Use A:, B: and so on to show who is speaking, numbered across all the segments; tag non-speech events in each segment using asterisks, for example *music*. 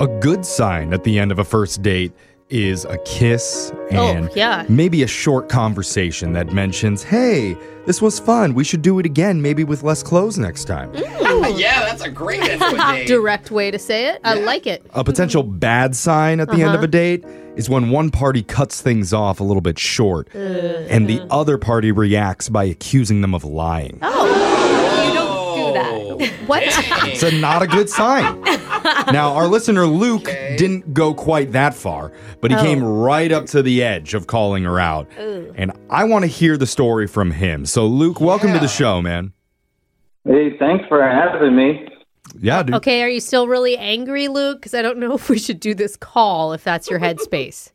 A: A good sign at the end of a first date is a kiss and
B: yeah.
A: maybe a short conversation that mentions, hey, this was fun. We should do it again, maybe with less clothes next time.
C: yeah, that's
B: *laughs*
C: a great end to a date.
B: Direct way to say it. I like it.
A: A potential bad sign at the end of a date is when one party cuts things off a little bit short and the other party reacts by accusing them of lying.
D: You don't do that.
B: What?
A: It's a not a good sign. now, our listener Luke didn't go quite that far, but he came right up to the edge of calling her out. And I want to hear the story from him. So, Luke, welcome to the show, man.
E: Hey, thanks for having me.
A: Yeah, dude.
B: *laughs* okay, are you still really angry, Luke? Because I don't know if we should do this call if that's your headspace.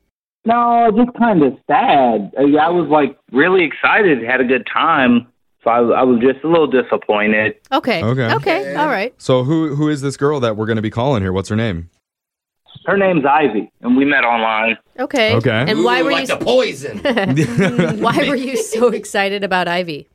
E: No, just kind of sad. I I was like really excited, had a good time. So I, I was just a little disappointed.
B: Okay.
A: Okay.
B: Okay. All right.
A: So, who who is this girl that we're going to be calling here? What's her name?
E: Her name's Ivy, and we met online.
B: Okay.
A: Okay.
B: And why
C: Ooh,
B: were
C: like
B: you
C: the poison?
B: *laughs*
C: *laughs*
B: why were you so excited about Ivy?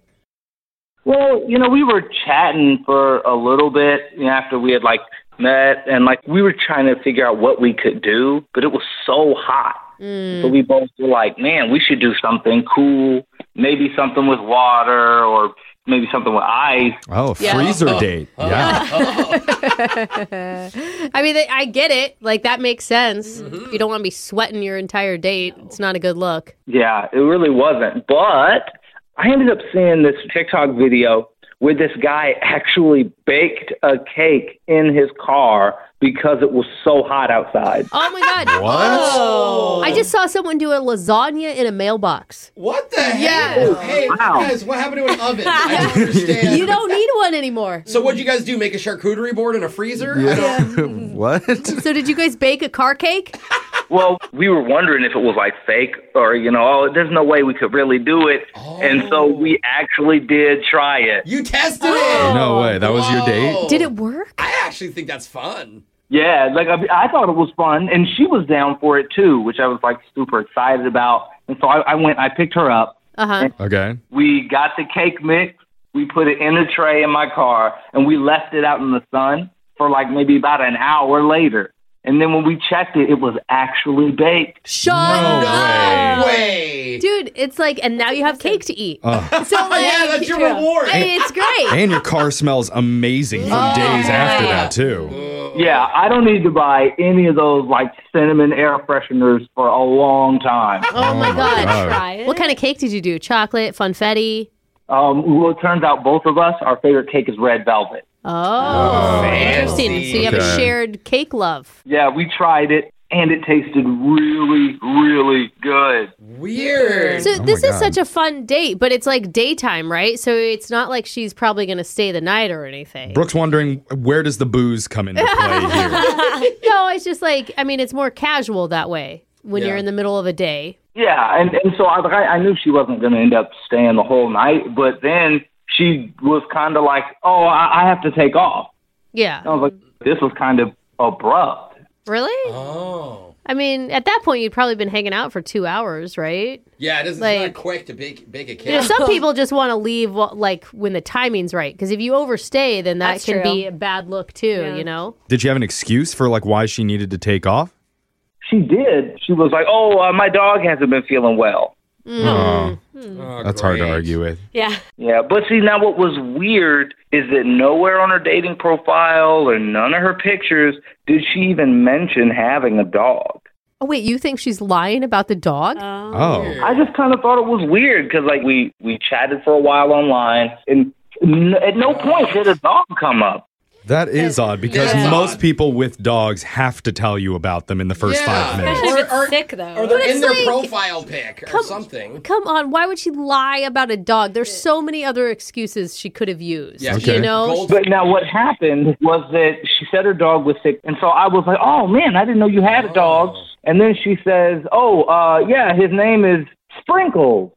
E: Well, you know, we were chatting for a little bit you know, after we had like met, and like we were trying to figure out what we could do, but it was so hot. So we both were like, man, we should do something cool, maybe something with water or maybe something with ice.
A: Oh,
B: Yeah.
A: freezer date. Yeah.
B: I mean, they- I get it. Like that makes sense.
C: Mm-hmm.
B: You don't want to be sweating your entire date. It's not a good look.
E: Yeah, it really wasn't. But I ended up seeing this TikTok video where this guy actually baked a cake in his car because it was so hot outside.
B: Oh my
C: *laughs*
B: god.
A: What?
B: I just saw someone do a lasagna in a mailbox.
C: What the heck?
B: Yeah.
C: Hey,
E: Wow.
C: guys, what happened to an oven? I
B: *laughs*
C: don't understand.
B: You don't need one anymore.
C: So what'd you guys do? Make a charcuterie board in a freezer? I
A: *laughs*
C: don't-
A: what?
B: So did you guys bake a car cake?
E: Well, we were wondering if it was like fake or, you know, oh, there's no way we could really do it. And so we actually did try it.
C: You tested
B: Oh.
C: it.
A: No way. That was your date?
C: Whoa.
B: Did it work?
C: I actually think that's fun.
E: Yeah, like I, I thought it was fun, and she was down for it too, which I was like super excited about. And so I, I went, I picked her up,
B: Uh huh.
A: Okay.
E: We got the cake mix. We put it in a tray in my car, and we left it out in the sun for like maybe about an hour later. And then when we checked it, it was actually baked.
B: Shut
A: No
B: up.
C: Way.
B: Dude, it's like, and now you have cake to eat.
A: Oh.
B: *laughs* So like,
C: yeah, that's your reward.
B: I mean, it's great.
A: And your car smells amazing for days after that, too.
E: Yeah, I don't need to buy any of those like cinnamon air fresheners for a long time.
B: Oh my god.
D: Try it.
B: What kind of cake did you do? Chocolate, funfetti?
E: Um, well, it turns out both of us, our favorite cake is red velvet.
B: Oh, interesting. So you have a
A: Okay.
B: shared cake love.
E: Yeah, we tried it, and it tasted really, really good.
C: Weird.
B: So this is
A: God.
B: such a fun date, but it's like daytime, right? So it's not like she's probably going to stay the night or anything.
A: Brooke's wondering where does the booze come into play here?
B: no, it's just like I mean, it's more casual that way when you're
C: Yeah.
B: in the middle of a day.
E: Yeah, and and so I like, I I knew she wasn't going to end up staying the whole night, but then she was kind of like, "Oh, I, I have to take off."
B: Yeah.
E: I was like, "This was kind of abrupt."
B: Really?
C: Oh.
B: I mean, at that point, you'd probably been hanging out for two hours, right?
C: Yeah, it is
B: Like-
C: not quick to bake bake a
B: You know,
C: cake.
D: *laughs*
B: some people just want to leave well, like when the timing's right, because if you overstay, then that
D: That's
B: can
D: true.
B: be a bad look too. You know?
A: Did you have an excuse for like why she needed to take off?
E: She did. She was like, "Oh, uh, my dog hasn't been feeling well."
A: Oh,
C: Oh,
A: that's hard to
C: great.
A: argue with.
D: Yeah.
E: Yeah, but see, now what was weird is that nowhere on her dating profile or none of her pictures did she even mention having a dog.
B: Oh wait, you think she's lying about the dog?
D: Uh,
A: Oh,
E: I just kind of thought it was weird because like we we chatted for a while online, and n- at no point did a dog come up.
A: that is odd because
C: Yeah.
A: most people with dogs have to tell you about them in the first
C: Yeah.
A: five minutes.
C: *laughs*
D: Especially if
C: Or- or-
D: it's sick, though.
C: Or they're in their
B: like-
C: profile pic or something.
B: Come on, why would she lie about a dog? There's so many other excuses she could have used.
C: Yeah,
A: Okay.
B: You know?
C: Gold-
E: But now what happened was that she said her dog was sick, and so I was like, "Oh man, I didn't know you had a dog." And then she says, "Oh, uh, yeah, his name is Sprinkles."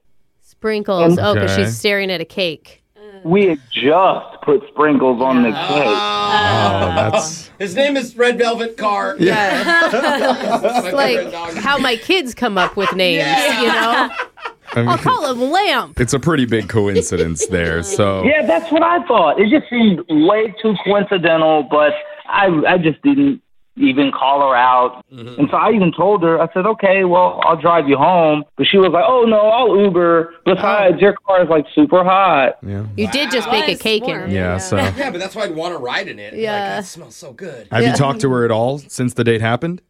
B: Sprinkles. Oh, because
A: Okay.
B: she's staring at a cake.
E: We had just put sprinkles on the cake.
B: Uh,
A: Oh, that's
C: His name is Red Velvet Car. *laughs*
B: Yeah.
C: My favorite
B: like
C: dog.
B: how my kids come up with names, you know?
D: *laughs*
A: I mean,
B: I'll call him Lamp.
A: it's a pretty big coincidence
C: *laughs*
A: there. So
E: Yeah, that's what I thought. It just seemed way too coincidental, but I I just didn't even call her out. And so I even told her, I said, okay, well, I'll drive you home. But she was like, oh, no, I'll Uber. Besides, your car is like super hot.
A: Yeah.
B: You did just bake a
D: Nice,
B: cake
D: warm.
B: in it.
A: Yeah, so
C: Yeah, but that's why I'd want to ride in it.
B: Yeah. Uh,
C: Like, it smells so good.
A: have you talked to her at all since the date happened?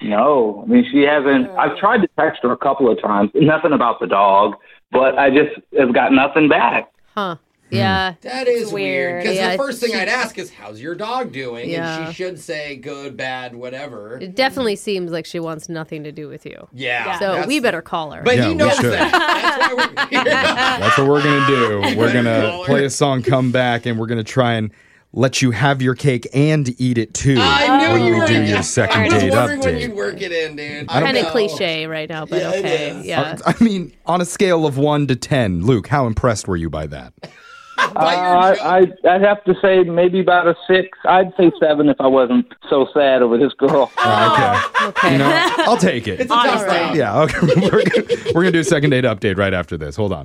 E: No, I mean, she hasn't. I've tried to text her a couple of times, nothing about the dog, but I just have got nothing back.
B: Huh.
A: Hmm.
B: Yeah.
C: That is weird.
B: weird,
C: Because
B: yeah.
C: the first thing I'd ask is, how's your dog doing?
B: Yeah.
C: And she should say good, bad, whatever.
B: It definitely seems like she wants nothing to do with you.
C: Yeah.
B: So
C: that's-
B: we better call her.
C: *laughs* But
A: Yeah,
C: he
A: we
C: knows
A: should.
C: that. That's why we're
B: *laughs*
C: here. *laughs*
A: That's what we're gonna do. We're gonna play a song, come back, and we're gonna try and let you have your cake and eat it too
C: I knew
A: when
C: you
A: we
C: were
A: do
C: gonna-
A: your second
C: I was
A: date
C: wondering when you'd
A: update.
C: work it in, dude.
A: I don't-
B: kind of
A: No.
B: cliche right now, but
C: Yeah, it
B: okay.
C: is.
B: Yeah.
A: Uh, I mean, on a scale of one to ten, Luke, how impressed were you by
C: *laughs*
A: that?
E: Uh,
C: Oh,
E: I, I, I'd have to say maybe about a six. I'd say seven if I wasn't so sad over this girl.
A: Uh, okay,
B: Okay.
C: *laughs*
A: you know, I'll take it.
C: Oh, It's a tough
B: Honestly.
A: *laughs*
C: round.
A: Yeah, okay. we're, gonna, we're gonna do a second date update right after this. Hold on.